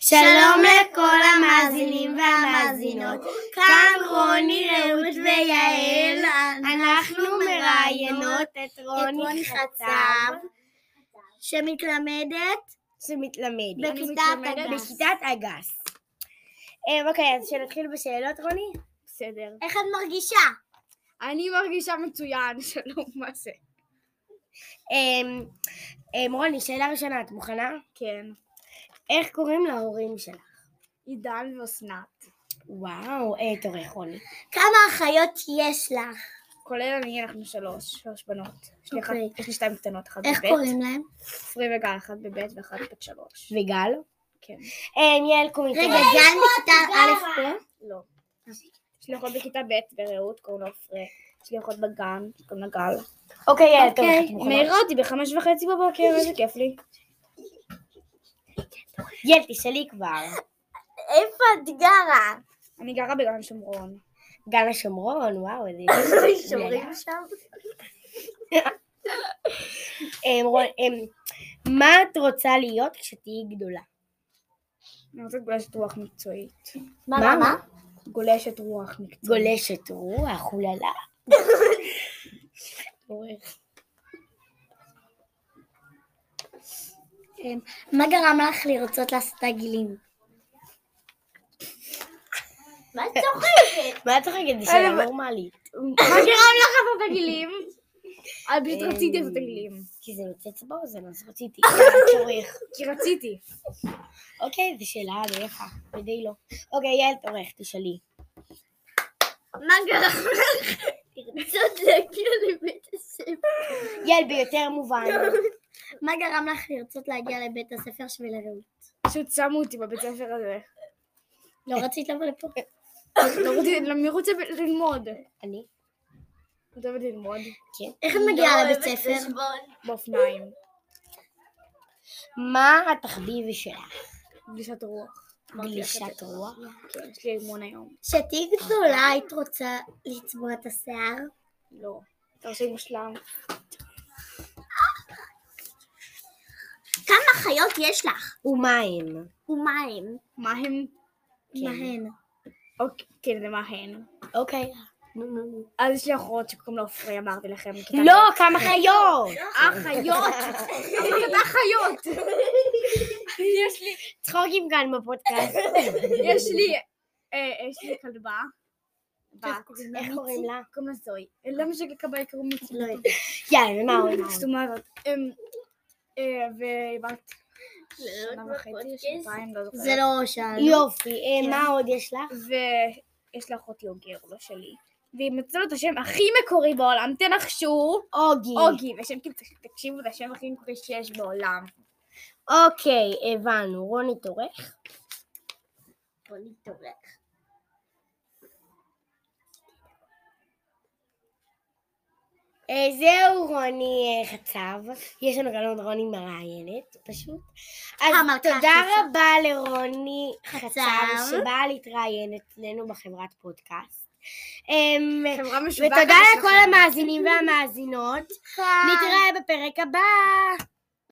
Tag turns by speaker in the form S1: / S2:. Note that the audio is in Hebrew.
S1: שלום לכל המאזינים והמאזינות, כאן רוני, רעות ויעל, אנחנו מראיינות את רוני חצב, שמתלמדת
S2: שמתלמדת.
S1: בכיתת אגס.
S2: בכיתת אגס. אה, אוקיי, אז שנתחיל בשאלות, רוני?
S3: בסדר.
S1: איך את מרגישה?
S3: אני מרגישה מצוין, שלום, מה זה?
S2: אמ, אמ, רוני, שאלה ראשונה, את מוכנה?
S3: כן.
S2: איך קוראים להורים שלך?
S3: עידן ואסנת.
S2: וואו, אה, תורך, רוני.
S1: כמה אחיות יש לך?
S3: כולל אני, אנחנו שלוש, שלוש בנות. יש לי אחת-
S1: אוקיי.
S3: יש לי שתיים קטנות, אחת בבית.
S1: איך קוראים להם?
S3: עפרי וגל, אחת בבית ואחת בת שלוש.
S2: וגל?
S3: כן.
S2: אמ, יעל קומי.
S1: רגע, גן בכיתה א' פה?
S3: לא. יש לי אחות בכיתה ב' ברעות, קוראים לה עפרי. יש לי אחות בגן, קוראים לה גל.
S2: אוקיי, יעל, תורך.
S1: אוקיי,
S2: את מוכנה?
S3: מעירה אותי בחמש וחצי בבוקר, איזה כיף לי.
S2: יעל, תשאלי כבר.
S1: איפה את גרה?
S3: אני גרה בגן שומרון.
S2: גל השומרון, וואו, איזה...
S1: שומרים שם?
S2: אמ, רון, אמ, מה את רוצה להיות כשתהיי גדולה?
S3: אני רוצה גולשת רוח מקצועית.
S1: מה,
S2: מה?
S1: מה?
S3: גולשת רוח מקצועית.
S2: גולשת רוח, אוללה.
S1: כן. מה גרם לך לרצות לעשות עגילים? מה את צוחקת?
S2: מה את צוחקת? זו שאלה נורמלית.
S3: מה גרם לך לעשות תגלים? אני אה, פשוט רציתי לעשות תגלים.
S2: כי זה יוצץ באוזן, אז רציתי. יאללה, תורך.
S3: כי רציתי.
S2: אוקיי, זו שאלה עליך, ודי לא. אוקיי, יעל, תורך, תשאלי.
S1: מה גרם לך לרצות להגיע לבית הספר?
S2: יעל, ביותר מובן.
S1: מה גרם לך לרצות להגיע לבית הספר שביל הרעות?
S3: פשוט שמו אותי בבית הספר הזה.
S1: לא רצית לבוא לפה?
S3: לא רציתי, לא, מי רוצה ב- ללמוד?
S2: אני?
S3: את אוהבת ללמוד?
S2: כן.
S1: איך את מגיעה לבית ספר?
S3: באופניים.
S2: מה התחביב שלך?
S3: גלישת רוח.
S2: גלישת רוח?
S3: כן, יש לי אימון היום.
S1: כשתהיי גדולה היית רוצה לצבוע את השיער?
S3: לא. אתה עושה מושלם.
S1: כמה אחיות יש לך?
S2: ומים.
S1: ומה הם?
S3: מה הם?
S1: מה הן?
S3: אוקיי, כן, זה מה הן.
S2: אוקיי. נו, נו, נו.
S3: אז יש לי אחות שקוראים לה עפרי, אמרתי לכם. בכיתה
S2: לא, כמה חיות!
S3: ב'. אחיות! אמרת אחיות! יש לי,
S2: צחוקים כאן בפודקאסט.
S3: יש לי, אה, יש לי כלבה. בת.
S2: איך קוראים לה?
S3: קוראים לה זוי. למה שכלבה יקראו מיצי?
S1: לא
S2: יעל, מה אומרים?
S3: סתומה הזאת. אמ, אה, והיא בת
S2: לא
S3: שנה וחצי, שנתיים, לא
S1: זה
S3: זוכרת.
S1: לא שאלה.
S2: יופי, אה, מה עוד יש לך?
S3: ויש לה אחות יוגר, לא שלי. והיא מצאה לו את השם הכי מקורי בעולם, תנחשו,
S2: אוגי.
S3: אוגי, והשם כאילו, תקשיבו, זה השם הכי מקורי שיש בעולם.
S2: אוקיי, הבנו. רוני תורך?
S1: בוא נתעורר.
S2: אה, זהו רוני אה, חצב, יש לנו כאן עוד רוני מראיינת פשוט. אז
S1: המלכה
S2: תודה
S1: חצב.
S2: רבה לרוני חצב
S1: חצב.
S2: שבאה להתראיין אצלנו בחברת פודקאסט. אמ,
S3: חברה משובחת.
S2: ותודה
S3: יש
S2: לכל
S3: לכם.
S2: המאזינים והמאזינות. נתראה בפרק הבא.